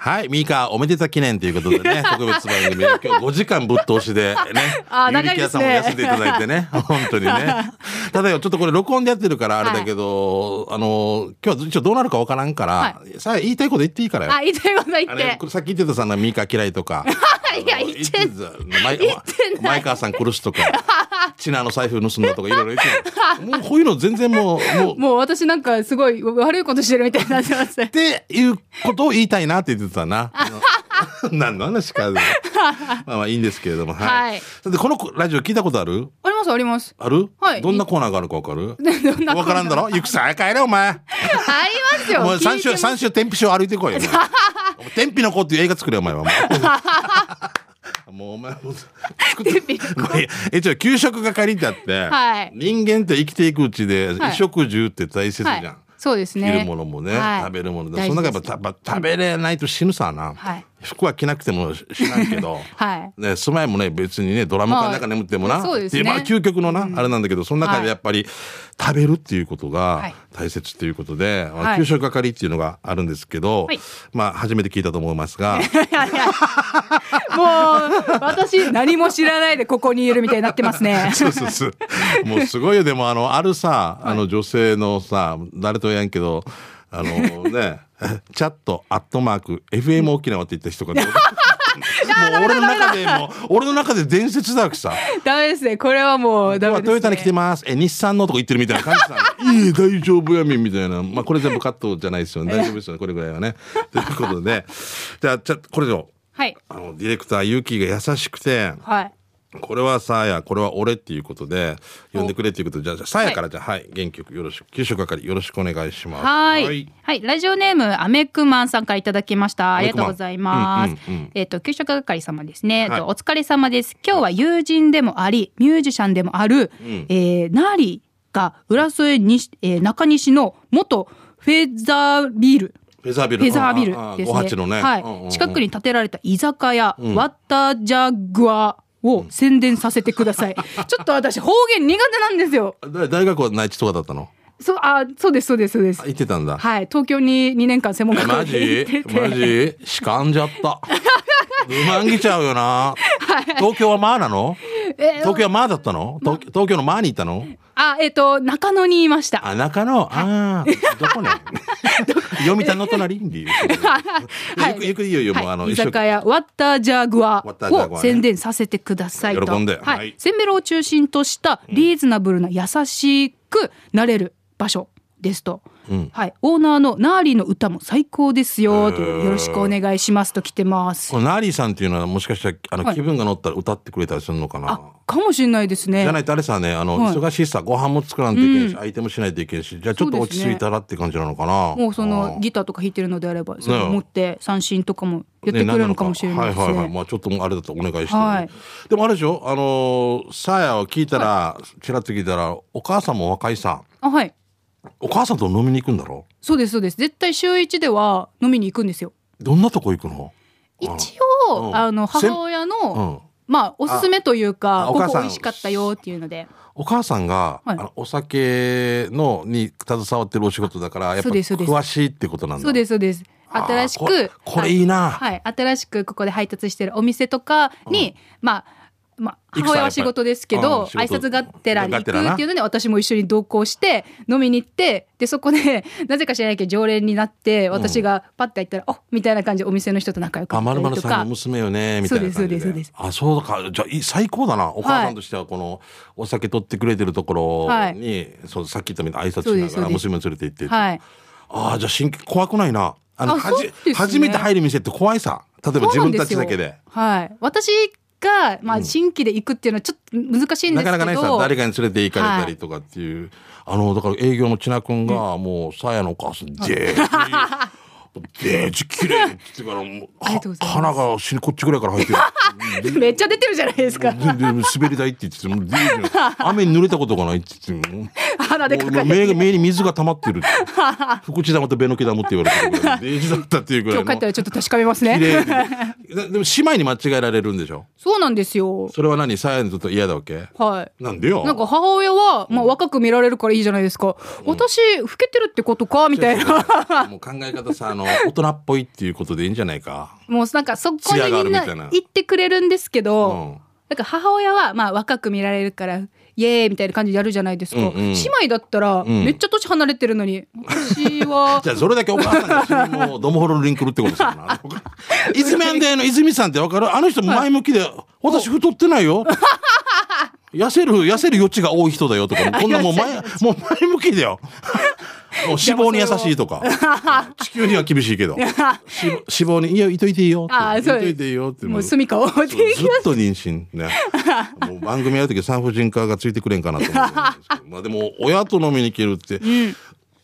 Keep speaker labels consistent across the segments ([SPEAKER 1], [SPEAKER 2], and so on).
[SPEAKER 1] はい、ミカおめでた記念ということで ね、特別番組、今日5時間ぶっ通しでね、
[SPEAKER 2] あー
[SPEAKER 1] ゆり
[SPEAKER 2] 長い
[SPEAKER 1] き
[SPEAKER 2] で
[SPEAKER 1] や
[SPEAKER 2] す
[SPEAKER 1] さんも
[SPEAKER 2] ね
[SPEAKER 1] 休んでいただいて ね、本当にね。ただよ、ちょっとこれ録音でやってるからあれだけど、あの、今日は一応どうなるかわからんから、
[SPEAKER 2] は
[SPEAKER 1] さあ言いたいこと言っていいからよ。
[SPEAKER 2] あ、言いたいこと言
[SPEAKER 1] あ
[SPEAKER 2] っ
[SPEAKER 1] れ、
[SPEAKER 2] て
[SPEAKER 1] こ。れさっき言ってたさ、ミカ嫌いとか。
[SPEAKER 2] いや、言っちゃい
[SPEAKER 1] 前前川さん殺すとか、チナの財布盗んだとかいろいろ言 ってたもうこういうの全然もう、もう、っ
[SPEAKER 2] もう私なんかすごい悪いことしてるみたいになって ます。
[SPEAKER 1] ていうことを言いたいなって言ってた な。何の話か。まあまあいいんですけれども、は
[SPEAKER 2] はいい。
[SPEAKER 1] で、このラジオ聞いたことある
[SPEAKER 2] あります、あります。
[SPEAKER 1] ある
[SPEAKER 2] はい
[SPEAKER 1] どんなコーナーがあるかわかる
[SPEAKER 2] どんな
[SPEAKER 1] わからんだ ろゆくさん、帰れお前。
[SPEAKER 2] ありますよ。
[SPEAKER 1] もう三
[SPEAKER 2] 聞い
[SPEAKER 1] 週、
[SPEAKER 2] てま
[SPEAKER 1] 三週、天日賞歩いてこいよ。お前天日の子っていう映画作れよ、お 前は。もうもうお前もう作って
[SPEAKER 2] 天日
[SPEAKER 1] まあいいやえちょ給食係ってあって、
[SPEAKER 2] はい
[SPEAKER 1] 人間って生きていくうちで
[SPEAKER 2] はい
[SPEAKER 1] 衣食住って大切じゃん、
[SPEAKER 2] はい。そうですね。
[SPEAKER 1] 着るものもね、
[SPEAKER 2] はい
[SPEAKER 1] 食べるもので
[SPEAKER 2] 大
[SPEAKER 1] その
[SPEAKER 2] 事で
[SPEAKER 1] 中
[SPEAKER 2] す
[SPEAKER 1] やっぱたやっぱ食べれないと死ぬさな、
[SPEAKER 2] はい
[SPEAKER 1] 服は着なくても死なんけど
[SPEAKER 2] はい。
[SPEAKER 1] ね、住まいもね別にねドラム缶の中眠ってもな、
[SPEAKER 2] はいそうですね
[SPEAKER 1] っていまあ究極のな、あれなんだけどその中
[SPEAKER 2] は
[SPEAKER 1] で
[SPEAKER 2] い
[SPEAKER 1] やっぱり食べるっていうこと
[SPEAKER 2] は
[SPEAKER 1] が
[SPEAKER 2] い
[SPEAKER 1] 大切っていうことで、まあ
[SPEAKER 2] はい
[SPEAKER 1] 給食係っていうのがあるんですけど、
[SPEAKER 2] はい
[SPEAKER 1] まあ初めて聞いたと思います が
[SPEAKER 2] いやいや もう、私、何も知らないでここにいるみたいになってますね。
[SPEAKER 1] そうそうそうもうすごいよでもあのあるさあの女性のさ誰とも言えんけどあのね チャットアットマーク FM 沖縄って言った人がねもう俺の中でもう俺の中で伝説だわけさ。
[SPEAKER 2] ダメですね。これはもう、ダ
[SPEAKER 1] 今
[SPEAKER 2] メ
[SPEAKER 1] は
[SPEAKER 2] です、ね。
[SPEAKER 1] トヨタに来てます。え、日産のとこ行ってるみたいな感じさ。 いい、大丈夫やみんみたいな。まあ、これ全部カットじゃないですよね。大丈夫ですよね。これぐらいはね。ということで、じゃあ、じゃあこれよ。
[SPEAKER 2] はい。
[SPEAKER 1] あの、ディレクター、ゆきが優しくて、
[SPEAKER 2] はい。
[SPEAKER 1] これはさあや、これは俺っていうことで、呼んでくれっていうことで、じゃあ、じゃあさあやからじゃあ、はい、元気よくよろしく、給食係よろしくお願いします。
[SPEAKER 2] はい。はい。ラジオネーム、アメクマンさんからいただきました。ありがとうございます。
[SPEAKER 1] うんうんうん
[SPEAKER 2] えっ、と、給食係様ですね。えっ
[SPEAKER 1] はい
[SPEAKER 2] とお疲れ様です。今日は友人でもあり、ミュージシャンでもある、えー、ナーリが、浦添西、えー中西の元フェザービール。
[SPEAKER 1] フェザービル。
[SPEAKER 2] フェザービ
[SPEAKER 1] あ
[SPEAKER 2] ル
[SPEAKER 1] あああ
[SPEAKER 2] です
[SPEAKER 1] 五八のね。
[SPEAKER 2] ね。は
[SPEAKER 1] うんうんうん
[SPEAKER 2] い。近くに建てられた居酒屋、ワッタージャグアを宣伝させてくだ さい。ちょっと私方言苦手なんですよ。
[SPEAKER 1] だ大学は内地とかだったの
[SPEAKER 2] そう、あ、そうです、そうです、そうです
[SPEAKER 1] あ。行ってたんだ。
[SPEAKER 2] はい、東京に2年間専門学校
[SPEAKER 1] マ
[SPEAKER 2] に
[SPEAKER 1] ジ
[SPEAKER 2] 行ってて。
[SPEAKER 1] マジしかんじゃった。うまんぎちゃうよな。東京はまあなの
[SPEAKER 2] え
[SPEAKER 1] 東京はまあだったの東東京のまあに行ったの
[SPEAKER 2] あ、えっ、と、中野にいました。
[SPEAKER 1] あ、中野、ああ、どこ ね読谷の隣にいう。
[SPEAKER 2] は
[SPEAKER 1] ゆ
[SPEAKER 2] い
[SPEAKER 1] くゆくいいよいいよ、もうあ
[SPEAKER 2] は
[SPEAKER 1] の、
[SPEAKER 2] い、居
[SPEAKER 1] 一生
[SPEAKER 2] 酒屋ワッタージャグア
[SPEAKER 1] ワッタージャグアね
[SPEAKER 2] を宣伝させてくださいと
[SPEAKER 1] 喜んで
[SPEAKER 2] は
[SPEAKER 1] はい
[SPEAKER 2] い、せんべろを中心としたリーズナブルな優しくなれる場所ですと、
[SPEAKER 1] うん
[SPEAKER 2] はい、オーナーのナーリーの歌も最高ですよと
[SPEAKER 1] へー
[SPEAKER 2] よろしくお願いしますと来てます
[SPEAKER 1] このナーリーさんっていうのはもしかしたら、あの、
[SPEAKER 2] はい
[SPEAKER 1] 気分が乗ったら歌ってくれたりするのかな
[SPEAKER 2] あかもしれないですね
[SPEAKER 1] じゃないとあれさね、あの、
[SPEAKER 2] はい
[SPEAKER 1] 忙しいさ、ご飯も作らんといけんし、相手もしないといけんし、じゃあちょっと
[SPEAKER 2] そう
[SPEAKER 1] 落
[SPEAKER 2] で
[SPEAKER 1] ち
[SPEAKER 2] す
[SPEAKER 1] 着
[SPEAKER 2] ね
[SPEAKER 1] いたらって感じなのかな。
[SPEAKER 2] もうそ
[SPEAKER 1] あ
[SPEAKER 2] の
[SPEAKER 1] ー
[SPEAKER 2] ギターとか弾いてるのであればそれ
[SPEAKER 1] ね
[SPEAKER 2] を持って三振とかもやっ
[SPEAKER 1] ね
[SPEAKER 2] てくれるのかもしれないです
[SPEAKER 1] はいはいはい。
[SPEAKER 2] ね。
[SPEAKER 1] まあちょっともうあれだとお願いして、
[SPEAKER 2] はい
[SPEAKER 1] でもあれでしょあのーさあやを聞いたら、ちらっと聞いたら、お母さんも若いさ。
[SPEAKER 2] あはい
[SPEAKER 1] お母さんと飲みに行くんだろ
[SPEAKER 2] そうですそうです絶対週一では飲みに行くんですよ
[SPEAKER 1] どんなとこ行くの
[SPEAKER 2] 一
[SPEAKER 1] うん
[SPEAKER 2] 応あの
[SPEAKER 1] せん
[SPEAKER 2] 母親
[SPEAKER 1] う
[SPEAKER 2] の
[SPEAKER 1] ん。
[SPEAKER 2] まあおすすめという
[SPEAKER 1] あ
[SPEAKER 2] か
[SPEAKER 1] お
[SPEAKER 2] ここ
[SPEAKER 1] 母さん
[SPEAKER 2] 美味しかったよっていうので
[SPEAKER 1] お母さんが、
[SPEAKER 2] はい
[SPEAKER 1] あのお酒のに携わってるお仕事だから、やっぱ
[SPEAKER 2] そうですそうです
[SPEAKER 1] 詳しいってことなんだ。
[SPEAKER 2] そうですそうです
[SPEAKER 1] あー
[SPEAKER 2] 新し
[SPEAKER 1] これ
[SPEAKER 2] く
[SPEAKER 1] これいいな。
[SPEAKER 2] はい新しくここで配達してるお店とかにまあまあ、
[SPEAKER 1] 行くさ
[SPEAKER 2] 母親は仕事ですけど、
[SPEAKER 1] やっぱり
[SPEAKER 2] 挨
[SPEAKER 1] うん仕事
[SPEAKER 2] 拶がてらに行くって
[SPEAKER 1] がてら
[SPEAKER 2] いうので私も一緒に同行して飲みに行ってでそこで なぜか知らないけど常連になって私がパッて行ったら「おみたいな感じでお店の人と仲良く
[SPEAKER 1] あ、ま
[SPEAKER 2] な
[SPEAKER 1] る
[SPEAKER 2] った
[SPEAKER 1] ま
[SPEAKER 2] り
[SPEAKER 1] るさ
[SPEAKER 2] と
[SPEAKER 1] ん
[SPEAKER 2] か
[SPEAKER 1] の娘よね、みたいな感じで。
[SPEAKER 2] そうですそうですそうです
[SPEAKER 1] あ、そうか。じゃあ、い最高だな。お母さんとしては、この、お酒取ってくれてるところに、
[SPEAKER 2] は
[SPEAKER 1] そう、さっき言ったみたいな挨
[SPEAKER 2] そ
[SPEAKER 1] 拶し
[SPEAKER 2] うで
[SPEAKER 1] な
[SPEAKER 2] す
[SPEAKER 1] がら
[SPEAKER 2] そうです
[SPEAKER 1] 娘連れて行って。
[SPEAKER 2] はい
[SPEAKER 1] ああ、じゃあ、新規、怖くないな。あの、
[SPEAKER 2] あ
[SPEAKER 1] は
[SPEAKER 2] そう
[SPEAKER 1] じ
[SPEAKER 2] ですね
[SPEAKER 1] 初めて入る店って怖いさ。例えば自
[SPEAKER 2] そうなん
[SPEAKER 1] 分
[SPEAKER 2] で
[SPEAKER 1] た
[SPEAKER 2] す
[SPEAKER 1] ち
[SPEAKER 2] よ
[SPEAKER 1] だけで。
[SPEAKER 2] はい。私が、まあ、新規で行くっていうのはちょっと難しいんで
[SPEAKER 1] なかな
[SPEAKER 2] すけど。
[SPEAKER 1] かねさ、誰かに連れて行かれたりとかっていう。あの、だから営業の千奈君が、もう、さやのお母さん、デージ、デージ綺麗って言ってから、もう、
[SPEAKER 2] ありがとうございます
[SPEAKER 1] 花が死にこっちぐらいから入ってる。
[SPEAKER 2] めっちゃ出てるじゃないですか。
[SPEAKER 1] 全然滑り台って言っててもう全然雨に濡れたことがないって言っても
[SPEAKER 2] 鼻で
[SPEAKER 1] もう
[SPEAKER 2] 抱
[SPEAKER 1] もう
[SPEAKER 2] えて
[SPEAKER 1] 目が目に水が溜まってる福知玉とベノキダムって言われてるぐらいデージだったっていうぐら
[SPEAKER 2] 今
[SPEAKER 1] い
[SPEAKER 2] 日帰った
[SPEAKER 1] の
[SPEAKER 2] らちょっと確かめます
[SPEAKER 1] 綺
[SPEAKER 2] ね
[SPEAKER 1] 麗でででも姉妹に間違えられるんでしょ
[SPEAKER 2] そうなんですよ
[SPEAKER 1] それは何サヤにとって嫌だわけ
[SPEAKER 2] はい
[SPEAKER 1] なんでよ
[SPEAKER 2] なんか母親は、まあ、若く見られるからいいじゃないですか、私老けてるってことかみたいな
[SPEAKER 1] もう考え方さあの大人っぽいっていうことでいいんじゃないか
[SPEAKER 2] もうなんかそこ
[SPEAKER 1] 艶
[SPEAKER 2] に
[SPEAKER 1] があ
[SPEAKER 2] み
[SPEAKER 1] る
[SPEAKER 2] ん
[SPEAKER 1] み
[SPEAKER 2] な
[SPEAKER 1] たいな
[SPEAKER 2] 言ってくれるんですけど、
[SPEAKER 1] うん
[SPEAKER 2] なんか母親はまあ若く見られるからイエーイみたいな感じでやるじゃないですか、
[SPEAKER 1] うんうん
[SPEAKER 2] 姉妹だったら
[SPEAKER 1] ん
[SPEAKER 2] めっちゃ年離れてるのに、私は
[SPEAKER 1] じゃあそれだけお母さんがもうドモホロリンクルってことだな 泉アンデーの泉さんってわかるあの人前向きで私太ってない よ痩せる痩せる余地が多い人だよと かこんなもう前もう前向きだよもう脂肪に優しいとか地球には厳しいけど脂肪脂肪に「いやいといていいよ」
[SPEAKER 2] あ
[SPEAKER 1] って「い
[SPEAKER 2] あそう
[SPEAKER 1] と
[SPEAKER 2] です
[SPEAKER 1] いていいよ」って
[SPEAKER 2] もう隅かを置い
[SPEAKER 1] ず
[SPEAKER 2] ていき
[SPEAKER 1] っと妊娠 ね。もう番組やるとき産婦人科がついてくれんかなと思うんですけ ど。まあでも親と飲みに行けるって、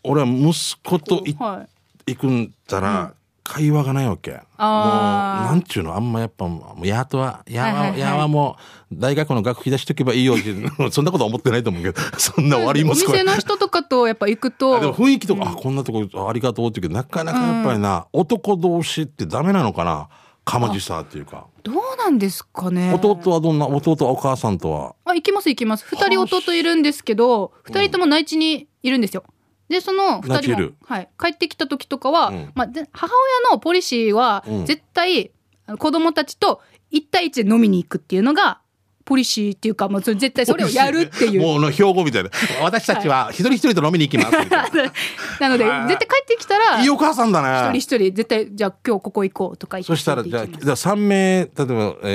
[SPEAKER 1] 俺は息子とい
[SPEAKER 2] はい
[SPEAKER 1] 行くんだら会話がないわけ。もう
[SPEAKER 2] あー
[SPEAKER 1] なんちゅうのあんまやっぱもうやとはや
[SPEAKER 2] はいはい
[SPEAKER 1] は
[SPEAKER 2] はい
[SPEAKER 1] やはもう大学の学費出しとけばい いよってそんなことは思ってないと思うけど、 そんな悪い
[SPEAKER 2] お
[SPEAKER 1] 息子。
[SPEAKER 2] 店の人とかとやっぱ行くと
[SPEAKER 1] あでも雰囲気とか、あこんなとこありがとうって言うけどなかなかやっぱりな、男同士ってダメなのかなかまじさっていうか。
[SPEAKER 2] どうなんですかね
[SPEAKER 1] 弟はどんな弟はお母さんとは
[SPEAKER 2] あ、行きます行きます。二人弟いるんですけど、二人とも内地にいるんですよ。で、その二
[SPEAKER 1] 内地い
[SPEAKER 2] 人も
[SPEAKER 1] る、
[SPEAKER 2] はい、帰ってきた時とかは、
[SPEAKER 1] うん
[SPEAKER 2] まあ、で母親のポリシーは
[SPEAKER 1] うん、
[SPEAKER 2] 絶対、あの子供たちと一対一で飲みに行くっていうのが、ポリシーっていうか、もうそれ絶対それをやるっていう。
[SPEAKER 1] もうの標語みたいな私たちは一人一人と飲みに行きますみ たい
[SPEAKER 2] なので、
[SPEAKER 1] はい
[SPEAKER 2] 絶対帰ってきたら、
[SPEAKER 1] ないい
[SPEAKER 2] 一
[SPEAKER 1] お母さんだ
[SPEAKER 2] 人
[SPEAKER 1] ね
[SPEAKER 2] 一人、絶対、じゃあ今日ここ行こうとか言って。
[SPEAKER 1] そしたらじゃあ
[SPEAKER 2] 行
[SPEAKER 1] じゃ
[SPEAKER 2] き
[SPEAKER 1] あ
[SPEAKER 2] ます
[SPEAKER 1] 3名例えば、え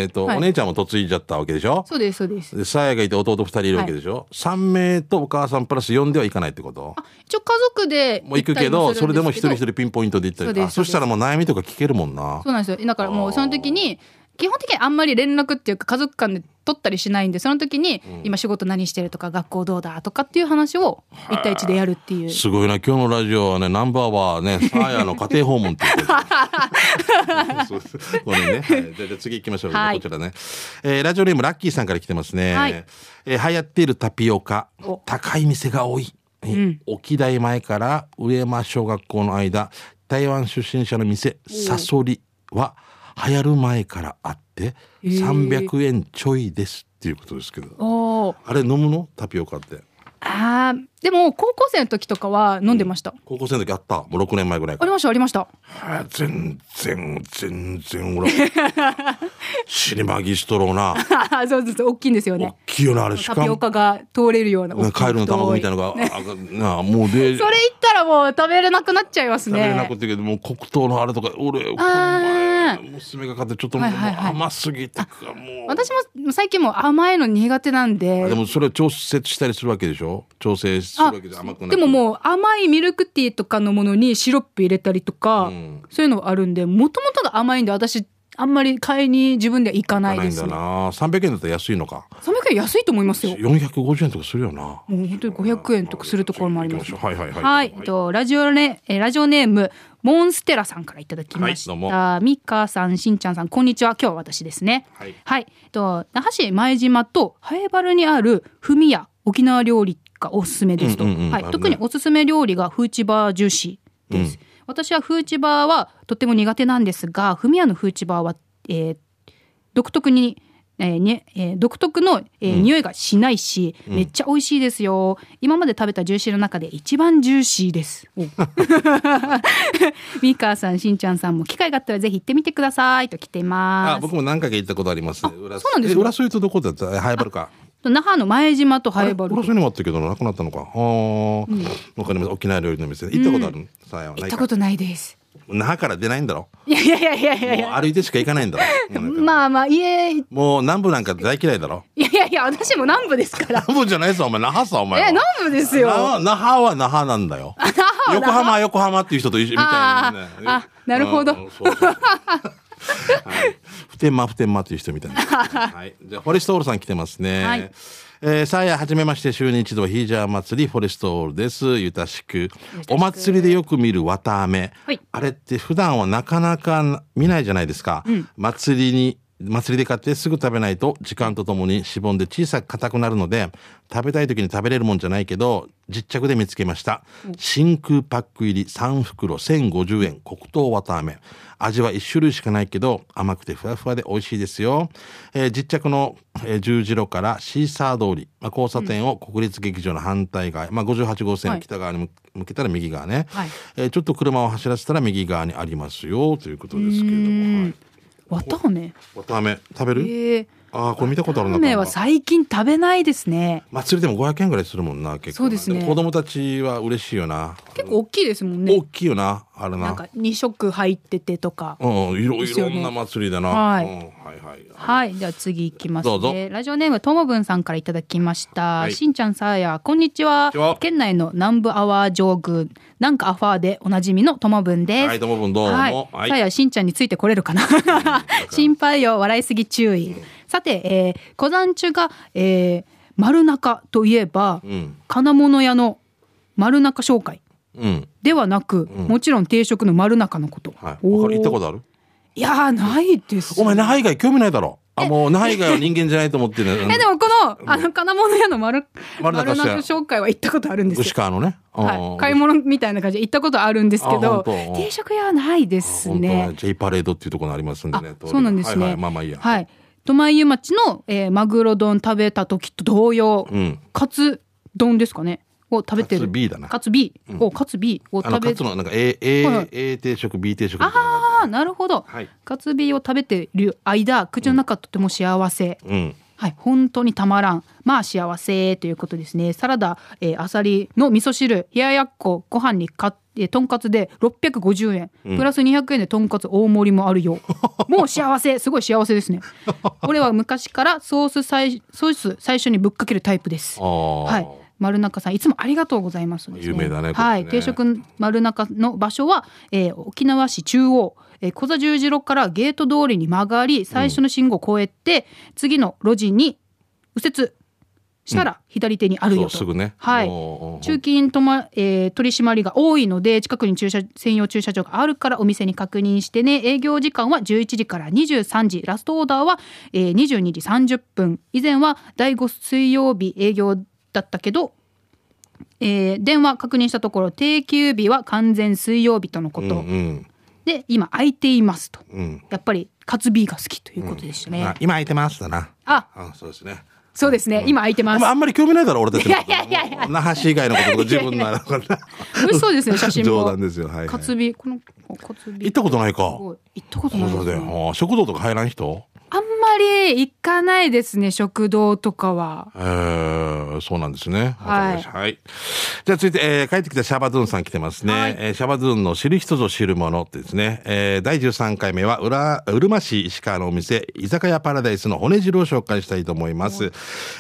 [SPEAKER 1] ーと
[SPEAKER 2] はい
[SPEAKER 1] お姉ちゃんも嫁いじゃったわけでしょ
[SPEAKER 2] そうです、そうです。
[SPEAKER 1] でさやがいて弟2人いるわけでしょ、三3名とお母さんプラス4では行かないってこと
[SPEAKER 2] 一応家族で
[SPEAKER 1] もう行くけど
[SPEAKER 2] 行ったりす
[SPEAKER 1] そ
[SPEAKER 2] る
[SPEAKER 1] れ
[SPEAKER 2] ん
[SPEAKER 1] でも
[SPEAKER 2] す
[SPEAKER 1] 一
[SPEAKER 2] けど
[SPEAKER 1] 人一人ピンポイントで行った
[SPEAKER 2] そう
[SPEAKER 1] り
[SPEAKER 2] です
[SPEAKER 1] あそしたらもう悩みとか聞けるもんな
[SPEAKER 2] そうなんですよ。だからも
[SPEAKER 1] あー
[SPEAKER 2] うその時に、基本的にあんまり連絡っていうか家族間で取ったりしないんで、その時に、今仕事何してるとか学校どうだとかっていう話を一対一でやるっていう。
[SPEAKER 1] すごいな今日のラジオはねナンバーは ねさあやの家庭訪問って言ってる そうこれね、はいじゃあじゃあ次行きましょう、
[SPEAKER 2] はい
[SPEAKER 1] こちらね、えーラジオネームラッキーさんから来てますね、
[SPEAKER 2] はい
[SPEAKER 1] えー流行っているタピオカ
[SPEAKER 2] お
[SPEAKER 1] 高い店が多い、えー沖大前から上間小学校の間台湾出身者の店サソリは流行る前からあって
[SPEAKER 2] へー
[SPEAKER 1] 300円ちょいですっていうことですけど
[SPEAKER 2] おー
[SPEAKER 1] あれ飲むのタピオカって
[SPEAKER 2] あーでも高校生の時とかは飲んでました。
[SPEAKER 1] 高校生の時あったもう6年前ぐらいか
[SPEAKER 2] あ
[SPEAKER 1] ら
[SPEAKER 2] りましたありました。
[SPEAKER 1] あ全然全然俺シネマギストロー な
[SPEAKER 2] そうそうそう、大きいんですよ
[SPEAKER 1] 大
[SPEAKER 2] ね。
[SPEAKER 1] きいよなあれし
[SPEAKER 2] タ
[SPEAKER 1] か
[SPEAKER 2] ピオ
[SPEAKER 1] も
[SPEAKER 2] カが通れるような大きい
[SPEAKER 1] カエルの卵みたいな
[SPEAKER 2] 太
[SPEAKER 1] のがあなあもうで
[SPEAKER 2] それ言ったらもう食べれなくなっちゃいます
[SPEAKER 1] 食べれなく
[SPEAKER 2] ね。
[SPEAKER 1] てけどもう黒糖のあれとか俺この
[SPEAKER 2] あー
[SPEAKER 1] 前娘が買ってちょっともう
[SPEAKER 2] はいはいはい
[SPEAKER 1] 甘すぎてかもう
[SPEAKER 2] 私も最近もう甘いの苦手なんで。
[SPEAKER 1] でもそれを調節したりするわけでしょ調整するわけで甘くなく
[SPEAKER 2] でも
[SPEAKER 1] う
[SPEAKER 2] もう甘いミルクティーとかのものにシロップ入れたりとか、
[SPEAKER 1] うん
[SPEAKER 2] そういうのはあるんでもともとが甘いんで私あんまり買いに自分では行かない
[SPEAKER 1] ない
[SPEAKER 2] で
[SPEAKER 1] ん
[SPEAKER 2] す
[SPEAKER 1] だ
[SPEAKER 2] ね
[SPEAKER 1] な300円だったら安いのか
[SPEAKER 2] 300円安いと思いますよ
[SPEAKER 1] 450円とかするよな
[SPEAKER 2] もう本当に500円とかするところもあります
[SPEAKER 1] はいはいはい
[SPEAKER 2] はい、えっとラジオネえーラジオネームモンステラさんからいただきました、
[SPEAKER 1] はい
[SPEAKER 2] ミ
[SPEAKER 1] どう
[SPEAKER 2] カみかさんしんちゃんさんこんにちは今日は私ですね
[SPEAKER 1] はい
[SPEAKER 2] えっと那覇市前島とハエバルにあるふみや沖縄料理がおすすめですと、
[SPEAKER 1] うんうんうん
[SPEAKER 2] はい
[SPEAKER 1] あるね
[SPEAKER 2] 特におすすめ料理がフーチバージューシーです、私はフーチバーはとても苦手なんですがふみやのフーチバーは、えー独特に、えーにえー独特の、えー匂いがしないし、めっちゃ美味しいですよ今まで食べたジューシーの中で一番ジューシーです おミカさんしんちゃんさんも機会があったらぜひ行ってみてくださいと来てます
[SPEAKER 1] あ、僕も何回か行ったことありますね。そう
[SPEAKER 2] そうなんですね
[SPEAKER 1] 裏添いとどこだったハイバルか。
[SPEAKER 2] 那覇の前島 とハエバル
[SPEAKER 1] 裏添いにもあったけど、なくなったのか。ああ、わかります。沖縄料理の店。行ったことあるさあ、ない
[SPEAKER 2] 行
[SPEAKER 1] か
[SPEAKER 2] ったことないです
[SPEAKER 1] 那覇から出ないんだろ。
[SPEAKER 2] いやいやいやいやい
[SPEAKER 1] も
[SPEAKER 2] や
[SPEAKER 1] う
[SPEAKER 2] いや
[SPEAKER 1] 歩いてしか行かないんだろ。もうなんか
[SPEAKER 2] まあまあいえい
[SPEAKER 1] もう南部なんか大嫌いだろ。
[SPEAKER 2] やいやいや私も南部ですから
[SPEAKER 1] 南部じゃないぞ、お前。那覇さ、お前は。
[SPEAKER 2] え南部ですよ
[SPEAKER 1] な那覇は那覇なんだ よ。横浜は横浜っていう人と一緒みたいな、ね。
[SPEAKER 2] あーあなるほど
[SPEAKER 1] うんそうそうそうはい普天間普天間っていう人みたいな。はい。じゃあ、フォレストオールさん来てますね。
[SPEAKER 2] はい
[SPEAKER 1] えー、さあやはじめまして週に一度ヒージャー祭りフォレストオールですゆたしくお祭りでよく見る綿あめ、
[SPEAKER 2] はい
[SPEAKER 1] あれって普段はなかなか見ないじゃないですか、祭りに祭りで買ってすぐ食べないと時間とともにしぼんで小さく硬くなるので食べたい時に食べれるもんじゃないけど実着で見つけました真空パック入り3袋1050円黒糖わたあめ味は1種類しかないけど甘くてふわふわで美味しいですよ、えー実着の、えー十字路からシーサー通り、まあ、交差点を国立劇場の反対側へ、まあ、58号線を北側に向向けたら右側ね、
[SPEAKER 2] はい
[SPEAKER 1] えーちょっと車を走らせたら右側にありますよということですけれども、はい、
[SPEAKER 2] 綿あめ
[SPEAKER 1] わたあめ食べる、
[SPEAKER 2] えー、
[SPEAKER 1] ああこれ見たことあるな
[SPEAKER 2] ラーメンは最近食べないですね
[SPEAKER 1] 祭りでも500円ぐらいするもんな結構
[SPEAKER 2] そうですね
[SPEAKER 1] も子供たちは嬉しいよな、
[SPEAKER 2] 結構大きいですもんね
[SPEAKER 1] 大きいよなあれな
[SPEAKER 2] なんか2色入っててとか、
[SPEAKER 1] うんうんいろ
[SPEAKER 2] で
[SPEAKER 1] い
[SPEAKER 2] すよ
[SPEAKER 1] ろ
[SPEAKER 2] ね
[SPEAKER 1] んな祭りだな、
[SPEAKER 2] はい
[SPEAKER 1] うんはいはい
[SPEAKER 2] はいでは次いきますね
[SPEAKER 1] どうぞ
[SPEAKER 2] ラジオネームともぶんさんからいただきました、
[SPEAKER 1] はい
[SPEAKER 2] しんちゃんさあやこんにちは
[SPEAKER 1] こんにちは
[SPEAKER 2] 県内の南部アワー上宮なんかアファーでおなじみのともぶんです、
[SPEAKER 1] はいどうもどうもどうも
[SPEAKER 2] は、
[SPEAKER 1] はいい
[SPEAKER 2] さあやしんちゃんについてこれ るかな心配よ笑いすぎ注意、さて、えー、小山中が、えー、丸中といえば、
[SPEAKER 1] うん
[SPEAKER 2] 金物屋の丸中商会
[SPEAKER 1] うん
[SPEAKER 2] ではなく、もちろん定食の丸中のこと、
[SPEAKER 1] はいわかる行ったこととある
[SPEAKER 2] いやーないです
[SPEAKER 1] お前那覇以外興味ないだろあもう那覇以外は人間じゃないと思ってる、
[SPEAKER 2] えでもこのあの金物屋の丸
[SPEAKER 1] 丸中
[SPEAKER 2] 丸
[SPEAKER 1] 商会
[SPEAKER 2] 中紹介は行ったことあるんです
[SPEAKER 1] 牛
[SPEAKER 2] よ。
[SPEAKER 1] 川のね、
[SPEAKER 2] はい、買い
[SPEAKER 1] 物
[SPEAKER 2] 物みたいな感じで行ったことあるんですけ
[SPEAKER 1] あ本
[SPEAKER 2] ど
[SPEAKER 1] 当
[SPEAKER 2] 定食屋はないですね。
[SPEAKER 1] J パレードっていうところにありますんで
[SPEAKER 2] あ
[SPEAKER 1] ね通り
[SPEAKER 2] そうなんですね。
[SPEAKER 1] はいはいまあまあいいや
[SPEAKER 2] はい。苫湯町の、えーマグロ丼食べた時と同様、
[SPEAKER 1] うん
[SPEAKER 2] カツ丼ですかねを食べてる
[SPEAKER 1] カツ B だな
[SPEAKER 2] カツ B をカツ B を
[SPEAKER 1] あ
[SPEAKER 2] 食
[SPEAKER 1] の
[SPEAKER 2] べ
[SPEAKER 1] カツのなんか A, A,、
[SPEAKER 2] はい
[SPEAKER 1] A 定食 B 定食みたいなのが
[SPEAKER 2] ああなるほど、
[SPEAKER 1] はい
[SPEAKER 2] カツ B を食べてる間口の中とても幸せ。
[SPEAKER 1] うん
[SPEAKER 2] はい、本当にたまらん。まあ幸せということですね。サラダ、えー、あさりの味噌汁、冷ややっこ、ご飯にか、えー、とんかつで650円、プラス200円でとんかつ大盛りもある よ。もう幸せ、すごい幸せですね。俺は昔からソース最ソース最初にぶっかけるタイプです
[SPEAKER 1] あ。あ、
[SPEAKER 2] はい。丸中さんいつもありがとうございますです、
[SPEAKER 1] 有名だねこっちね
[SPEAKER 2] はい定食丸中の場所は、えー沖縄市中央、えー、小座十字路からゲート通りに曲がり最初の信号を越えて、次の路地に右折したら左手にある
[SPEAKER 1] そ
[SPEAKER 2] よ
[SPEAKER 1] う
[SPEAKER 2] と、
[SPEAKER 1] すぐね
[SPEAKER 2] はい
[SPEAKER 1] おーおーおー
[SPEAKER 2] 中金とま、えー取り締まりが多いので近くに駐車専用駐車場があるからお店に確認してね営業時間は11時から23時ラストオーダーは、えー、22時30分以前は第5水曜日営業だったけど、えー電話確認したところ定休日は完全水曜日とのこと、
[SPEAKER 1] うんうん
[SPEAKER 2] で今空いていますと
[SPEAKER 1] うん
[SPEAKER 2] やっぱりカツビーが好きということでしたね、
[SPEAKER 1] まあ今空いてますだな
[SPEAKER 2] あ
[SPEAKER 1] あそうですね
[SPEAKER 2] そうですね今空いて
[SPEAKER 1] あ
[SPEAKER 2] ま
[SPEAKER 1] ん
[SPEAKER 2] す
[SPEAKER 1] まあんまり興味ないだろ俺たちのこと
[SPEAKER 2] いやいやいやいや
[SPEAKER 1] 那覇市以外のこととか自分のあれだから
[SPEAKER 2] 美味しそうですね写真も
[SPEAKER 1] 冗談ですよはいはい
[SPEAKER 2] カツビーこのカツビー
[SPEAKER 1] 行ったことないか
[SPEAKER 2] すごい行ったことないで
[SPEAKER 1] そう
[SPEAKER 2] す
[SPEAKER 1] だ
[SPEAKER 2] ね
[SPEAKER 1] よあー食堂とか入らん人
[SPEAKER 2] あんまり行かないですね食堂とかは。
[SPEAKER 1] えー、そうなんですね。
[SPEAKER 2] は
[SPEAKER 1] わかり
[SPEAKER 2] い
[SPEAKER 1] ましたはい。じゃあ続いて、えー帰ってきたシャバドゥンさん来てますね。
[SPEAKER 2] はい
[SPEAKER 1] えーシャバドゥンの知る人ぞ知るものってですね。えー第13回目は、うら、うるま市石川のお店、居酒屋パラダイスの骨汁を紹介したいと思います。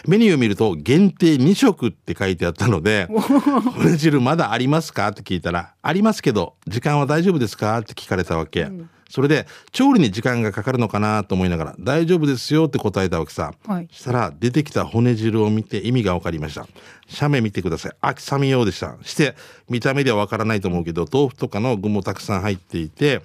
[SPEAKER 1] メニューを見ると、限定2食って書いてあったの で、骨汁まだありますかって聞いたら、ありますけど、時間は大丈夫ですかって聞かれたわけ。それで、調理に時間がかかるのかなと思いながら、大丈夫ですよって答えたわけさ。
[SPEAKER 2] はい
[SPEAKER 1] したら出てきた骨汁を見て意味が分かりました写メ見てください秋雨用でしたして見た目では分からないと思うけど豆腐とかの具もたくさん入っていて、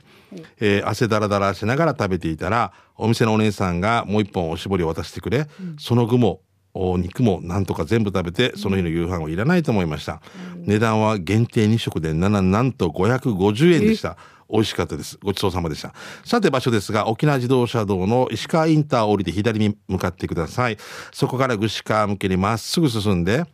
[SPEAKER 1] えー汗だらだらしながら食べていたらお店のお姉さんがもう一本おしぼりを渡してくれ、その具もお肉もなんとか全部食べてその日の夕飯はいらないと思いました、値段は限定2食でなななんと550円でした美味しかったですごちそうさまでしたさて場所ですが沖縄自動車道の石川インターを降りて左に向かってくださいそこから串川向けにまっすぐ進んで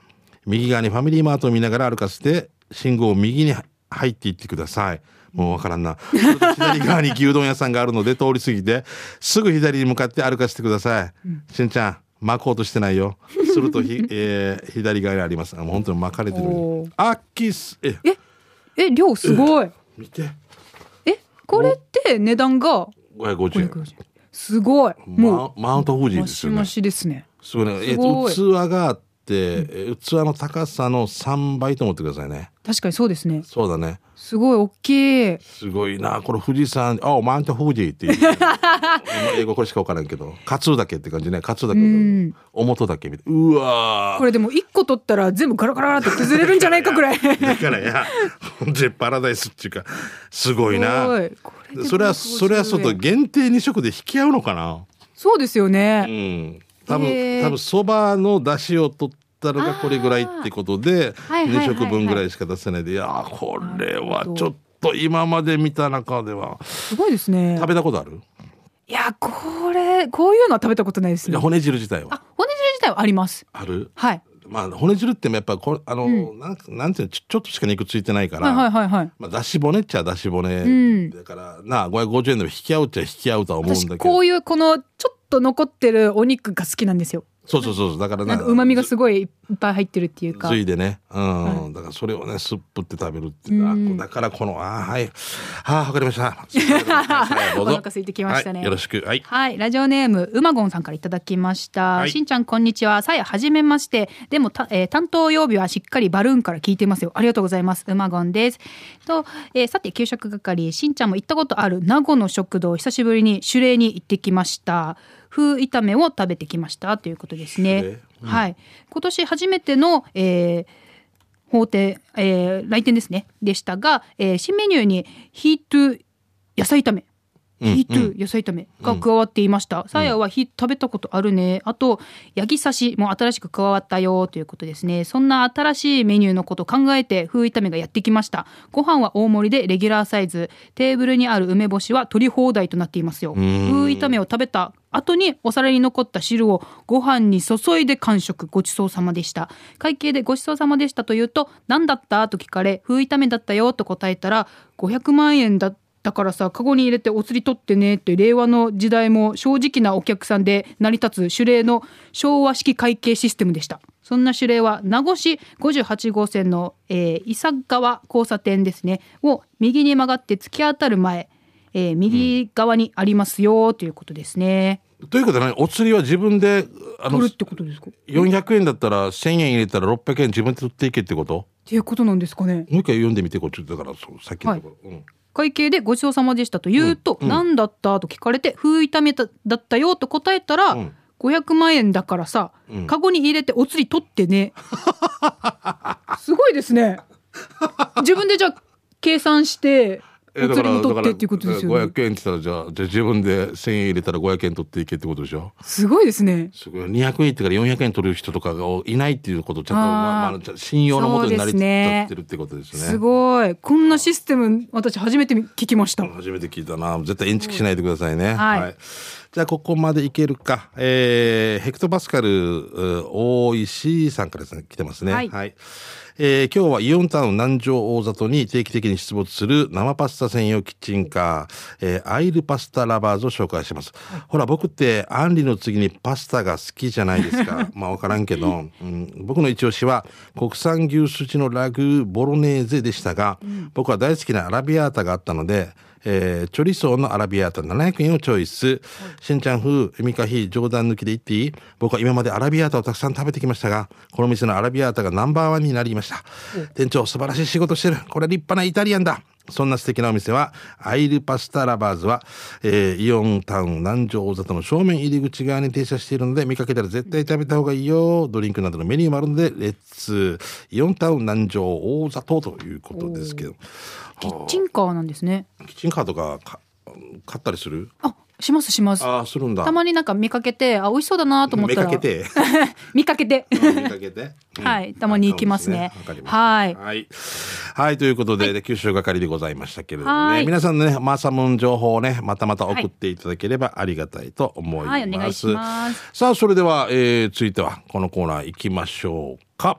[SPEAKER 1] 右側にファミリーマートを見ながら歩かせて信号を右に入っていってくださいもうわからんなそれと左側に牛丼屋さんがあるので通り過ぎてすぐ左に向かって歩かせてください、しんちゃん巻こうとしてないよするとひ、えー左側にありますあもう本当に巻かれてる
[SPEAKER 2] おー
[SPEAKER 1] あっきすえ
[SPEAKER 2] え量すごい。
[SPEAKER 1] 見て
[SPEAKER 2] えこれって値段が
[SPEAKER 1] 550円
[SPEAKER 2] 550すごい。
[SPEAKER 1] マ
[SPEAKER 2] も
[SPEAKER 1] マウント富
[SPEAKER 2] う
[SPEAKER 1] 士
[SPEAKER 2] マ
[SPEAKER 1] です
[SPEAKER 2] シ
[SPEAKER 1] よね
[SPEAKER 2] マシですね。
[SPEAKER 1] すごいねえ
[SPEAKER 2] すごい
[SPEAKER 1] 器があってえ器の高さの3倍と思ってくださいね
[SPEAKER 2] 確かにそうですね。
[SPEAKER 1] そうだね
[SPEAKER 2] すごい大きい。
[SPEAKER 1] すごいなこれ富士山あマウント富士っていう英語これしか分からんけどカツだけって感じねカツだけ
[SPEAKER 2] ん
[SPEAKER 1] おもとだけみたいなうわー
[SPEAKER 2] これでも一個取ったら全部ガラガラガラって崩れるんじゃないかぐらい。す
[SPEAKER 1] だからいや本当にパラダイスっていうかすごいな
[SPEAKER 2] ごい。これで
[SPEAKER 1] それはそれはそうと
[SPEAKER 2] 550円
[SPEAKER 1] 限定2食で引き合うのかな
[SPEAKER 2] そうですよ
[SPEAKER 1] う
[SPEAKER 2] ね。
[SPEAKER 1] ん、多分、
[SPEAKER 2] へー
[SPEAKER 1] 多分そばの出汁を取ったのがこれぐらいってことで
[SPEAKER 2] あーはいはいはいはい
[SPEAKER 1] 2食分ぐらいしか出せないでいやーこれはちょっと今まで見た中では
[SPEAKER 2] すごいですね。
[SPEAKER 1] 食べたことある
[SPEAKER 2] いや、これ、こういうのは食べたことないです
[SPEAKER 1] い
[SPEAKER 2] ね。
[SPEAKER 1] や
[SPEAKER 2] あ、骨
[SPEAKER 1] 骨汁自体は
[SPEAKER 2] 汁自体はあります。
[SPEAKER 1] ある
[SPEAKER 2] はい。
[SPEAKER 1] まあ骨汁ってもやっぱこれあの、
[SPEAKER 2] う
[SPEAKER 1] なんなんていうのちょちょっとしか肉ついてないから、
[SPEAKER 2] はいはいはいはい。
[SPEAKER 1] まあ、だし骨っちゃだし骨、
[SPEAKER 2] ん
[SPEAKER 1] だからなあ550円でも引き合うっちゃ引き合うとは思うんだ
[SPEAKER 2] 私
[SPEAKER 1] けど
[SPEAKER 2] こういうこのちょっと残ってるお肉が好きなんですよ。
[SPEAKER 1] そうそうそうそうだから
[SPEAKER 2] なんか旨味がすごいいっぱい入ってるっていうか
[SPEAKER 1] つ。いでね、うん
[SPEAKER 2] は
[SPEAKER 1] だからそれをねスップって食べるっていう、あ
[SPEAKER 2] うん
[SPEAKER 1] だからこのあーはいあーわかりました はいどう
[SPEAKER 2] お
[SPEAKER 1] ぞ
[SPEAKER 2] 腹空いてきましたね。
[SPEAKER 1] はい、よろしくはい
[SPEAKER 2] はい、ラジオネームうまごんさんからいただきました。
[SPEAKER 1] はい
[SPEAKER 2] しんちゃんこんにちは。さえはじめまして。でもた、えー担当曜日はしっかりバルーンから聞いてますよ。ありがとうございます。うまごんです。と、えーさて給食係しんちゃんも行ったことある名護の食堂久しぶりに守礼に行ってきました。風炒めを食べてきましたということです
[SPEAKER 1] 守
[SPEAKER 2] ね
[SPEAKER 1] 礼。
[SPEAKER 2] はい。今年初めての、えー法廷、えー来店ですねでしたが、えー新メニューにヒートゥ野菜炒め
[SPEAKER 1] うん
[SPEAKER 2] ヒートゥ野菜炒めが加わっていました。さやはヒ食べたことあるね。あと、ヤギ刺しも新しく加わったよということですね。そんな新しいメニューのことを考えて、風炒めがやってきました。ご飯は大盛りでレギュラーサイズ。テーブルにある梅干しは取り放題となっていますよ。風
[SPEAKER 1] ん
[SPEAKER 2] 炒めを食べた後にお皿に残った汁をご飯に注いで完食。ごちそうさまでした。会計でごちそうさまでしたと言うと、何だったと聞かれ、風炒めだったよと答えたら、500万円だった。だからさカゴに入れてお釣り取ってねって令和の時代も正直なお客さんで成り立つ守礼の昭和式会計システムでしたそんな守礼は名護市58号線の、えー、伊佐川交差点ですねを右に曲がって突き当たる前、えー右側にありますよということですね、
[SPEAKER 1] ということでねお釣りは自分であの
[SPEAKER 2] 取るってことですかっ
[SPEAKER 1] 400円だったら1000円入れたら600円自分で取っていけってこと
[SPEAKER 2] ていうことなんですかね
[SPEAKER 1] もう一回読んでみてこっちだからそうさっきのところ、うん
[SPEAKER 2] 会計でごちそうさまでしたと言うと、何だったと聞かれて風炒めただったよと答えたら、
[SPEAKER 1] ん
[SPEAKER 2] 500万円だからさ、
[SPEAKER 1] うん
[SPEAKER 2] カゴに入れてお釣り取っ てねすごいですね自分でじゃあ計算して
[SPEAKER 1] え
[SPEAKER 2] お
[SPEAKER 1] だか
[SPEAKER 2] 釣り
[SPEAKER 1] ら
[SPEAKER 2] も
[SPEAKER 1] だ
[SPEAKER 2] 取
[SPEAKER 1] か
[SPEAKER 2] っ
[SPEAKER 1] ら
[SPEAKER 2] てっていうことですよね
[SPEAKER 1] 500円って言ったらじゃあじゃあ自分で1000円入れたら500円取っていけってことでしょ
[SPEAKER 2] すごいですね
[SPEAKER 1] すごい200円いってから400円取る人とかがいないっていうことをちゃんと
[SPEAKER 2] あー
[SPEAKER 1] まあまあちゃんと信用のもとになり
[SPEAKER 2] そうですね
[SPEAKER 1] なってるってことですね
[SPEAKER 2] すごいこんなシステム私初めて聞きました
[SPEAKER 1] 初めて聞いたな絶対インチキしないでくださいね、
[SPEAKER 2] はい
[SPEAKER 1] じゃあここまでいけるか、えーヘクトパスカルう大石さんからですね来てますね
[SPEAKER 2] はい
[SPEAKER 1] えー今日はイオンタウン南城大里に定期的に出没する生パスタ専用キッチンカー、えーアイルパスタラバーズを紹介します、ほら僕ってアンリの次にパスタが好きじゃないです かまあ分からんけど、うん、僕の一押しは国産牛すじのラグーボロネーゼでしたが、僕は大好きなアラビアータがあったのでえーチョリソーのアラビアータ700円をチョイス。しんちゃん風、ミカヒ、冗談抜きで言っていい僕は今までアラビアータをたくさん食べてきましたが、この店のアラビアータがナンバーワンになりました。店長、素晴らしい仕事してる。これ立派なイタリアンだ。そんな素敵なお店は、アイルパスタラバーズは、えーイオンタウン南城大里の正面入り口側に停車しているので、見かけたら絶対食べた方がいいよ。ドリンクなどのメニューもあるので、レッツ、イオンタウン南城大里ということですけど、
[SPEAKER 2] キッチンカーなんですね
[SPEAKER 1] キッチンカーとかか買ったりする
[SPEAKER 2] あしますします
[SPEAKER 1] ああするんだ
[SPEAKER 2] たまになんか見かけてあ美味しそうだなと思ったら
[SPEAKER 1] 見かけて
[SPEAKER 2] 見かけて
[SPEAKER 1] うん見かけ て、うん
[SPEAKER 2] はいたまに行きますね
[SPEAKER 1] わかりま
[SPEAKER 2] はい
[SPEAKER 1] したはい、はいということで、九州係でございましたけれども
[SPEAKER 2] は
[SPEAKER 1] ね
[SPEAKER 2] い
[SPEAKER 1] 皆さんのねマーサムーン情報をねまたまた送っていただければありがたいと思います、
[SPEAKER 2] はいお願いします
[SPEAKER 1] さあそれでは、えー、続いてはこのコーナー行きましょうか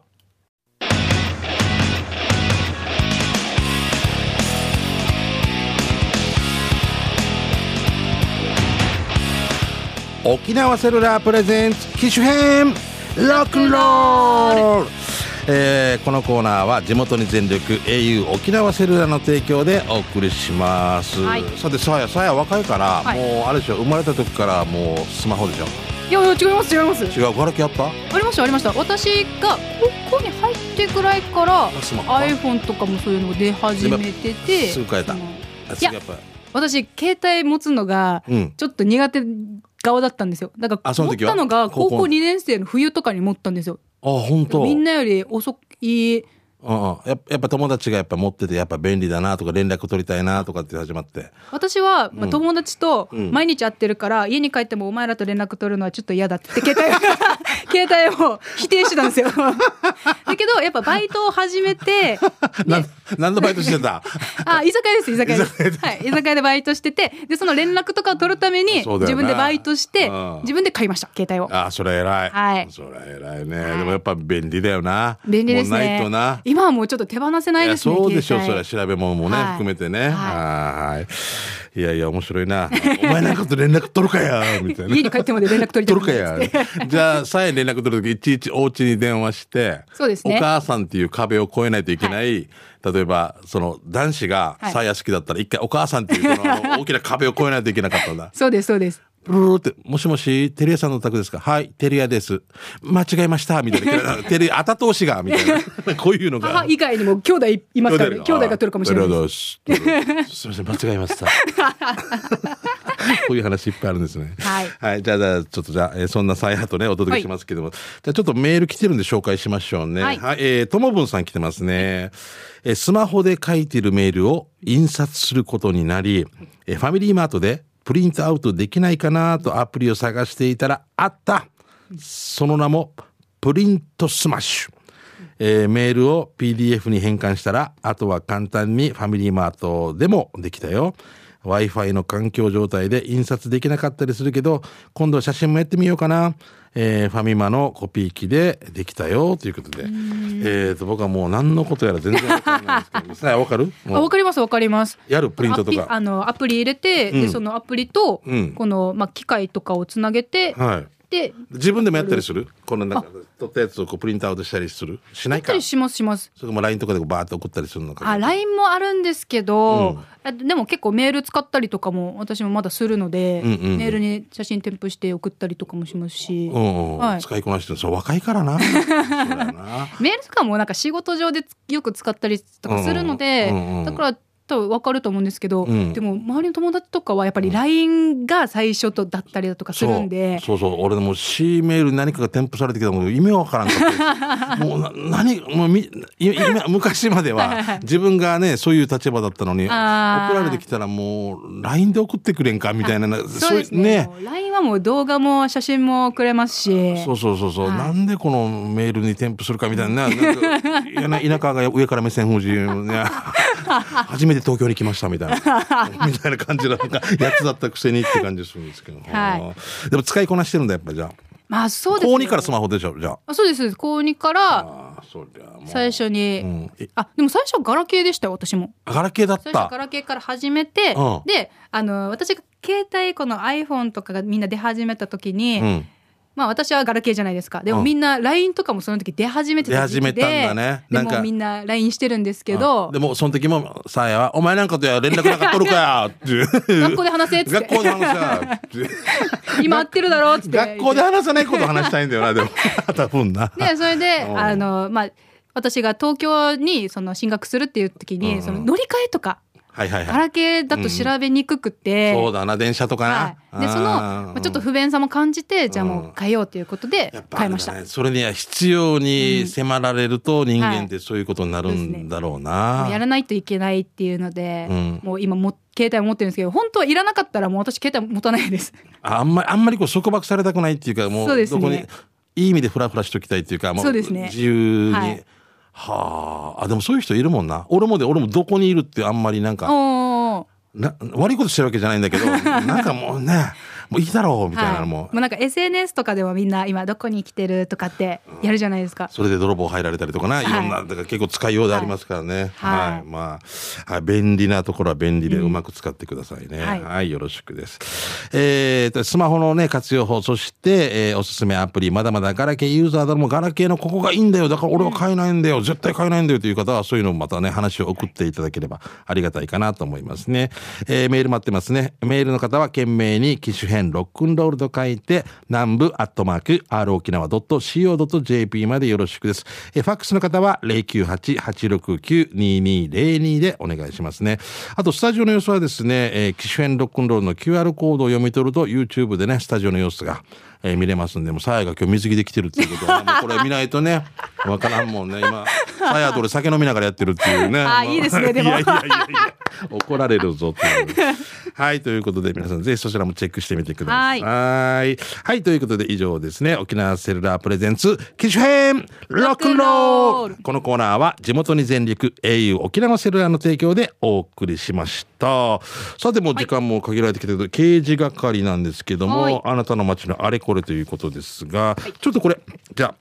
[SPEAKER 1] 沖縄セルラープレゼンツ機種編ロックンロールえーこのコーナーは地元に全力 au 沖縄セルラーの提供でお送りします、
[SPEAKER 2] はい
[SPEAKER 1] さてさやさや若いから、
[SPEAKER 2] はい
[SPEAKER 1] もうあれでしょ生まれた時からもうスマホでしょ
[SPEAKER 2] いやいや違います違います
[SPEAKER 1] 違うガラケーあった
[SPEAKER 2] ありましたありました私が高校に入ってぐらいから
[SPEAKER 1] スマホ
[SPEAKER 2] iPhone とかもそういうの出始めてて
[SPEAKER 1] すぐ変えた
[SPEAKER 2] その
[SPEAKER 1] あ
[SPEAKER 2] いや
[SPEAKER 1] やっぱ
[SPEAKER 2] 私携帯持つのが
[SPEAKER 1] うん
[SPEAKER 2] ちょっと苦手側だったんですよだか
[SPEAKER 1] あ
[SPEAKER 2] ら
[SPEAKER 1] その
[SPEAKER 2] 持っ
[SPEAKER 1] 時は
[SPEAKER 2] たのが
[SPEAKER 1] 高校
[SPEAKER 2] 高校2年生の冬とかに持ったんですよ
[SPEAKER 1] あ本当
[SPEAKER 2] みんなより遅い
[SPEAKER 1] うんうん、やっぱやっぱ友達がやっぱ持っててやっぱ便利だなとか連絡取りたいなとかって始まって
[SPEAKER 2] 私は、まあ、友達と毎日会ってるから、家に帰ってもお前らと連絡取るのはちょっと嫌だって 言って携帯を携帯を否定してたんですよ だけどやっぱバイトを始めて
[SPEAKER 1] な何のバイトして た
[SPEAKER 2] あ居酒屋です居酒屋ですはい、居酒屋でバイトしててでその連絡とかを取るために、
[SPEAKER 1] そうだよね
[SPEAKER 2] 自分でバイトして
[SPEAKER 1] うん
[SPEAKER 2] 自分で買いました携帯を
[SPEAKER 1] ああそれ偉い、
[SPEAKER 2] はい
[SPEAKER 1] それ偉いね、でもやっぱ便利だよな
[SPEAKER 2] 便利です
[SPEAKER 1] もうな
[SPEAKER 2] ね
[SPEAKER 1] いとな
[SPEAKER 2] 今はもうちょっと手放せないい
[SPEAKER 1] や
[SPEAKER 2] ですね
[SPEAKER 1] そうでしょうそ
[SPEAKER 2] 携
[SPEAKER 1] れ
[SPEAKER 2] 帯
[SPEAKER 1] は調べ物もね、
[SPEAKER 2] はい
[SPEAKER 1] 含めてね
[SPEAKER 2] はい
[SPEAKER 1] はーいいやいや面白いなお前なんかと連絡取るか やみたいな
[SPEAKER 2] 家に帰ってまで連絡取りた
[SPEAKER 1] 取
[SPEAKER 2] く
[SPEAKER 1] る
[SPEAKER 2] な
[SPEAKER 1] か
[SPEAKER 2] いっ
[SPEAKER 1] や
[SPEAKER 2] つって
[SPEAKER 1] じゃあさえ連絡取るときいちいちお家に電話して
[SPEAKER 2] そうですね
[SPEAKER 1] お母さんっていう壁を越えないといけない、例えばその男子が
[SPEAKER 2] はい
[SPEAKER 1] さあ屋敷だったら一回お母さんっていうこのあの 大きな壁を越えないといけなかったんだ。
[SPEAKER 2] そうですそうです
[SPEAKER 1] ルルルって、もしもし、テリアさんのお宅ですかはい、テリアです。間違えました、みたいな。テリア、あたとしが、みたい な。こういうのが。
[SPEAKER 2] 母以外にも兄弟いますからね兄弟が取るかもしれないです
[SPEAKER 1] いす。ありがとうございますすみません、間違えま した。こういう話いっぱいあるんですね。
[SPEAKER 2] はい
[SPEAKER 1] じゃあ、じゃあちょっとじゃあ、えーそんなサイハとね、お届けしますけども、じゃあちょっとメール来てるんで紹介しましょうね。
[SPEAKER 2] はい
[SPEAKER 1] えーともぶんさん来てますね。えースマホで書いてるメールを印刷することになり、えーファミリーマートでプリントアウトできないかなとアプリを探していたら、あったその名も、プリントスマッシュ。えーメールを PDF に変換したら、あとは簡単にファミリーマートでもできたよ。Wi-Fi の環境状態で印刷できなかったりするけど、今度は写真もやってみようかな。えーファミマのコピー機でできたよということで。えーと、僕はもう何のことやら全然わかんないですけど、 さあわかるもう
[SPEAKER 2] あわかりますわかります
[SPEAKER 1] やるプリントと
[SPEAKER 2] アピあ
[SPEAKER 1] か。
[SPEAKER 2] のアプリ入れて、
[SPEAKER 1] う
[SPEAKER 2] で
[SPEAKER 1] ん
[SPEAKER 2] そのアプリと、
[SPEAKER 1] うん
[SPEAKER 2] この、まあ、機械とかをつなげて、
[SPEAKER 1] はい。
[SPEAKER 2] で
[SPEAKER 1] 自分でもやったりするこのなんか、撮ったやつをこうプリントアウトしたりするしない
[SPEAKER 2] やっ
[SPEAKER 1] か
[SPEAKER 2] たり。しますします
[SPEAKER 1] それとも LINE とかでこうバーッと送ったりするのか。
[SPEAKER 2] あ LINE もあるんですけど、あでも結構メール使ったりとかも私もまだするので、
[SPEAKER 1] うんうんうん
[SPEAKER 2] メールに写真添付して送ったりとかもしますし、
[SPEAKER 1] うんうん
[SPEAKER 2] はい
[SPEAKER 1] 使いこなしてるそう若いから なそうだよな
[SPEAKER 2] メールとかもなんか仕事上でよく使ったりとかするので、
[SPEAKER 1] うんうんうん
[SPEAKER 2] だから多分分かると思うんですけど、
[SPEAKER 1] うん
[SPEAKER 2] でも周りの友達とかはやっぱり LINE が最初とだったりだとかするんで
[SPEAKER 1] そうそうそう俺もう C メールに何かが添付されてきたもう意味わからんかったもうな 何もうみい今昔まで
[SPEAKER 2] はいはいは
[SPEAKER 1] はい自分がねそういう立場だったのに送
[SPEAKER 2] あー
[SPEAKER 1] られてきたらもう LINE で送ってくれんかみたいなな
[SPEAKER 2] そうですね
[SPEAKER 1] ね
[SPEAKER 2] もう LINE はもう動画も写真もくれますし
[SPEAKER 1] そうそうそうそう、
[SPEAKER 2] はい
[SPEAKER 1] なんでこのメールに添付するかみたいなねなんかいやな田舎が上から目線封じね 初めて東京に来ましたみたい なみたいな感じのなんかやつだったくせにって感じするんですけど、
[SPEAKER 2] は
[SPEAKER 1] でも使いこなしてるんだやっぱじゃあ
[SPEAKER 2] まあそうです
[SPEAKER 1] 高
[SPEAKER 2] ね
[SPEAKER 1] 2からスマホでしょじゃあ
[SPEAKER 2] あそうですそうです高2から
[SPEAKER 1] ああそりゃもう
[SPEAKER 2] 最初に、
[SPEAKER 1] うんえ
[SPEAKER 2] あでも最初はガラケーでしたよ私も
[SPEAKER 1] ガラケーだっ
[SPEAKER 2] 最初ガ
[SPEAKER 1] た
[SPEAKER 2] ラケーから始めて、
[SPEAKER 1] うん
[SPEAKER 2] であの私が携帯この iPhone とかがみんな出始めた時に、
[SPEAKER 1] うん
[SPEAKER 2] まあ私はガラケーじゃないですかで
[SPEAKER 1] う
[SPEAKER 2] も
[SPEAKER 1] ん
[SPEAKER 2] みんな LINE とかもその時出始めてた時期で
[SPEAKER 1] 出始めたんだねなんか
[SPEAKER 2] でもみんな LINE してるんですけど
[SPEAKER 1] でもその時もさあやは「お前なんかとや連絡なんか取るかや」っていう
[SPEAKER 2] 学校で話せっつっ
[SPEAKER 1] 学
[SPEAKER 2] て
[SPEAKER 1] 校で話したっていう
[SPEAKER 2] 今会ってるだろうっつって
[SPEAKER 1] 学校で話さないこと話したいんだよなでも 多分な
[SPEAKER 2] でそれで
[SPEAKER 1] うん
[SPEAKER 2] あのまあ私が東京にその進学するっていう時
[SPEAKER 1] うん
[SPEAKER 2] に、
[SPEAKER 1] うん
[SPEAKER 2] その乗り換えとか
[SPEAKER 1] はいはい
[SPEAKER 2] ガ
[SPEAKER 1] はい
[SPEAKER 2] ラケーだと調べにくくて、
[SPEAKER 1] そうだな電車とか
[SPEAKER 2] はい、
[SPEAKER 1] な、
[SPEAKER 2] でその
[SPEAKER 1] あー
[SPEAKER 2] まあちょっと不便さも感じて、じゃあもう変えようということで
[SPEAKER 1] やっぱあ
[SPEAKER 2] 変
[SPEAKER 1] れ
[SPEAKER 2] え
[SPEAKER 1] だ
[SPEAKER 2] ま
[SPEAKER 1] ね
[SPEAKER 2] した、
[SPEAKER 1] それには必要に迫られると人間っ
[SPEAKER 2] は
[SPEAKER 1] てそういうことになるんだろう
[SPEAKER 2] も
[SPEAKER 1] な、
[SPEAKER 2] うやらないといけないっていうので、
[SPEAKER 1] うん
[SPEAKER 2] もう今も携帯持ってるんですけど本当はいらなかったらもう私携帯持たないです
[SPEAKER 1] ああんまりあんまりこう束縛されたくないっていうかも
[SPEAKER 2] そう
[SPEAKER 1] う
[SPEAKER 2] です
[SPEAKER 1] ど
[SPEAKER 2] ね
[SPEAKER 1] こに、いい意味でフラフラしときたいっていうかも
[SPEAKER 2] そうですね
[SPEAKER 1] 自由に、は
[SPEAKER 2] はい
[SPEAKER 1] ああでもそういう人いるもんな俺もで俺もどこにいるってあんまりなんか
[SPEAKER 2] おー
[SPEAKER 1] な悪いことしてるわけじゃないんだけ どなんかもうねもういいだろうみたいな
[SPEAKER 2] は
[SPEAKER 1] の
[SPEAKER 2] い、
[SPEAKER 1] も
[SPEAKER 2] も、うなんか SNS とかでもみんな今どこに来てるとかってやるじゃないですか、
[SPEAKER 1] それで泥棒入られたりとかな、い、ろんな、だから結構使いようでありますからね。は。
[SPEAKER 2] はいいはい
[SPEAKER 1] まあ、はい便利なところは便利でうまく使ってくださいね。は、
[SPEAKER 2] はいい
[SPEAKER 1] よろしくです。えーと、スマホのね、活用法、そして、えーおすすめアプリ、まだまだガラケーユーザーでもガラケーのここがいいんだよ、だから俺は買えないんだよ、絶対買えないんだよという方は、そういうのをまたね、話を送っていただければありがたいかなと思いますね。えーメール待ってますね。メールの方は、懸命に機種編ロックンロールと書いて、南部アットマーク、r 沖縄 .co.jp までよろしくです。えーファックスの方は、098-869-2202でお願いしますね。あと、スタジオの様子はですね、えー、機種編ロックンロールの QR コードを読み取ると、YouTube でね、スタジオの様子が、えー見れますんで、もうさやが今日水着で来てるっていうこと は、もうこれ見ないとね、わからんもんね。今、さやと俺酒飲みながらやってるっていうね。
[SPEAKER 2] あーいいですねで も
[SPEAKER 1] いやいやいやいや怒られるぞっていう。はい、ということで皆さんぜひそちらもチェックしてみてください。
[SPEAKER 2] は
[SPEAKER 1] はいはい、ということで以上ですね、沖縄セルラープレゼンツ、機種編ロックンロールこのコーナーは地元に全力 au 沖縄セルラーの提供でお送りしました。さてもう時間も限られてきてると、刑事係なんですけども、
[SPEAKER 2] はい
[SPEAKER 1] あなたの街のあれこれということですが、ちょっとこれ、じゃ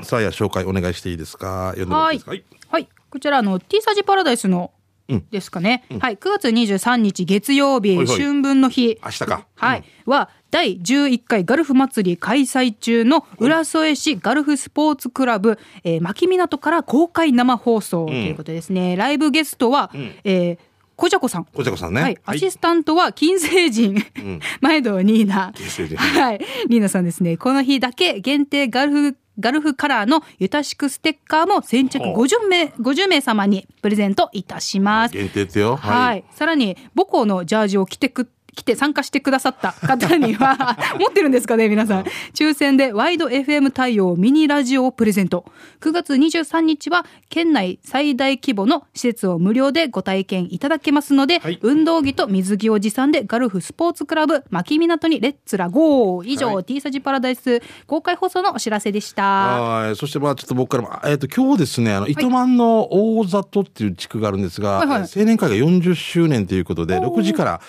[SPEAKER 1] あ、さあや紹介お願いしていいですか読んでもらっ
[SPEAKER 2] は
[SPEAKER 1] ていい
[SPEAKER 2] い
[SPEAKER 1] ですか、はい、
[SPEAKER 2] はい、こちらあの T サージパラダイスの
[SPEAKER 1] うん
[SPEAKER 2] ですかね、はい、9月23日月曜日、
[SPEAKER 1] はいはい
[SPEAKER 2] 春分の日、
[SPEAKER 1] 明日か。
[SPEAKER 2] はい、は第11回ガルフ祭り開催中の浦添市ガルフスポーツクラブ、えー、牧港から公開生放送ということですね、ライブゲストは、えーこじゃこさん
[SPEAKER 1] こちゃこさんね。
[SPEAKER 2] はい、アシスタントは金星人、 前堂ニーナ。
[SPEAKER 1] 金星人
[SPEAKER 2] はい、ニーナさんですね。この日だけ限定ガルフ、ガルフカラーのゆたしくステッカーも先着
[SPEAKER 1] ほう
[SPEAKER 2] 50名、50名様にプレゼントいたします。
[SPEAKER 1] 限定ってよ。
[SPEAKER 2] はい、さらに母校のジャージを着てく。来て参加してくださった方には 持ってるんですかね皆さん抽選でワイド FM 対応ミニラジオをプレゼント9月23日は県内最大規模の施設を無料でご体験いただけますので、
[SPEAKER 1] はい
[SPEAKER 2] 運動着と水着を持参でガルフスポーツクラブ牧港にレッツラゴー以上、
[SPEAKER 1] は
[SPEAKER 2] T サージパラダイス公開放送のお知らせでした
[SPEAKER 1] はい。そしてまあちょっと僕からも、えっ、と今日ですね、あの、糸満の大里っていう地区があるんですが、
[SPEAKER 2] はいはい
[SPEAKER 1] 青年会が40周年ということで、
[SPEAKER 2] おー
[SPEAKER 1] 6時から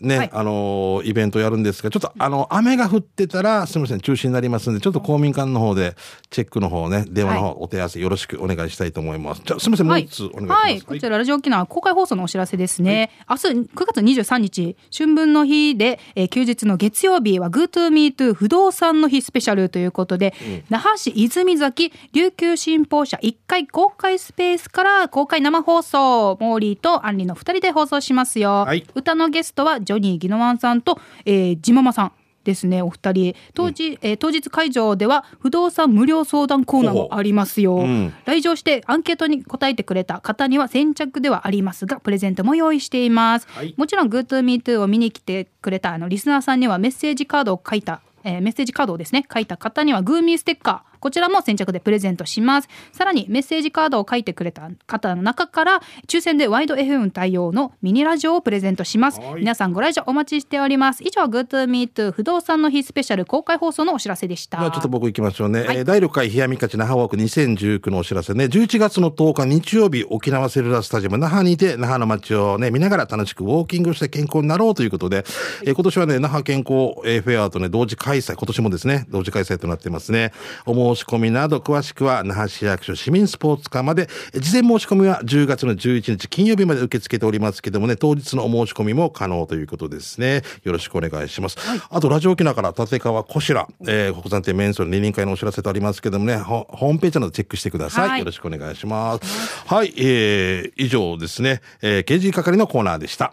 [SPEAKER 1] ね、
[SPEAKER 2] はい
[SPEAKER 1] あのー、イベントやるんですが、ちょっとあの、雨が降ってたら、すみません、中止になりますんで、ちょっと公民館の方で、チェックの方ね、電話の
[SPEAKER 2] は
[SPEAKER 1] 方、お手合わせよろしくお願いしたいと思います。じゃあすみません、もう一つお願いします。
[SPEAKER 2] はい、こちらラジオ沖縄公開放送のお知らせですね。明日9月23日春分の日で、えー休日の月曜日は GoToMeToo 不動産の日スペシャルということで、那覇市泉崎琉球新報社1階公開スペースから公開生放送モーリーとアンリの2人で放送しますよ。
[SPEAKER 1] はい
[SPEAKER 2] 歌のゲストはジョニー・ギノワンさんと、えー、ジママさん。ですねお二人当時、えー当日会場では不動産無料相談コーナーもありますよ、
[SPEAKER 1] うん
[SPEAKER 2] 来場してアンケートに答えてくれた方には先着ではありますがプレゼントも用意しています、
[SPEAKER 1] はい
[SPEAKER 2] もちろん GoToMeToo を見に来てくれたあのリスナーさんにはメッセージカードを書いた、えーメッセージカードをですね書いた方には GoMe ステッカーこちらも先着でプレゼントしますさらにメッセージカードを書いてくれた方の中から抽選でワイド FM 対応のミニラジオをプレゼントします
[SPEAKER 1] はい
[SPEAKER 2] 皆さんご来場お待ちしております以上 GoToMeToo 不動産の日スペシャル公開放送のお知らせでした
[SPEAKER 1] ではちょっと僕行きましょうね。
[SPEAKER 2] はい
[SPEAKER 1] えー第6回冷やみかち那覇ウォーク2019のお知らせね。11月の10日日曜日、沖縄セルラースタジアム那覇にて、那覇の街をね、見ながら楽しくウォーキングして健康になろうということで、えー今年はね、那覇健康えーフェアとね、同時開催、今年もですね、同時開催となってますね。お申し込みなど詳しくは、那覇市役所市民スポーツ課まで、えー事前申し込みは10月の11日金曜日まで受け付けておりますけどもね、当日のお申し込みも可能ということですね。よろしくお願いします。あと、ラジオ沖縄から立川こしら、えー、国産店メンソール二輪会のお知らせとありますけどもね、ホホームページなどチェックしてください。
[SPEAKER 2] はい
[SPEAKER 1] よろしくお願いします。はい、えー、以上ですね、えー、刑事係のコーナーでした。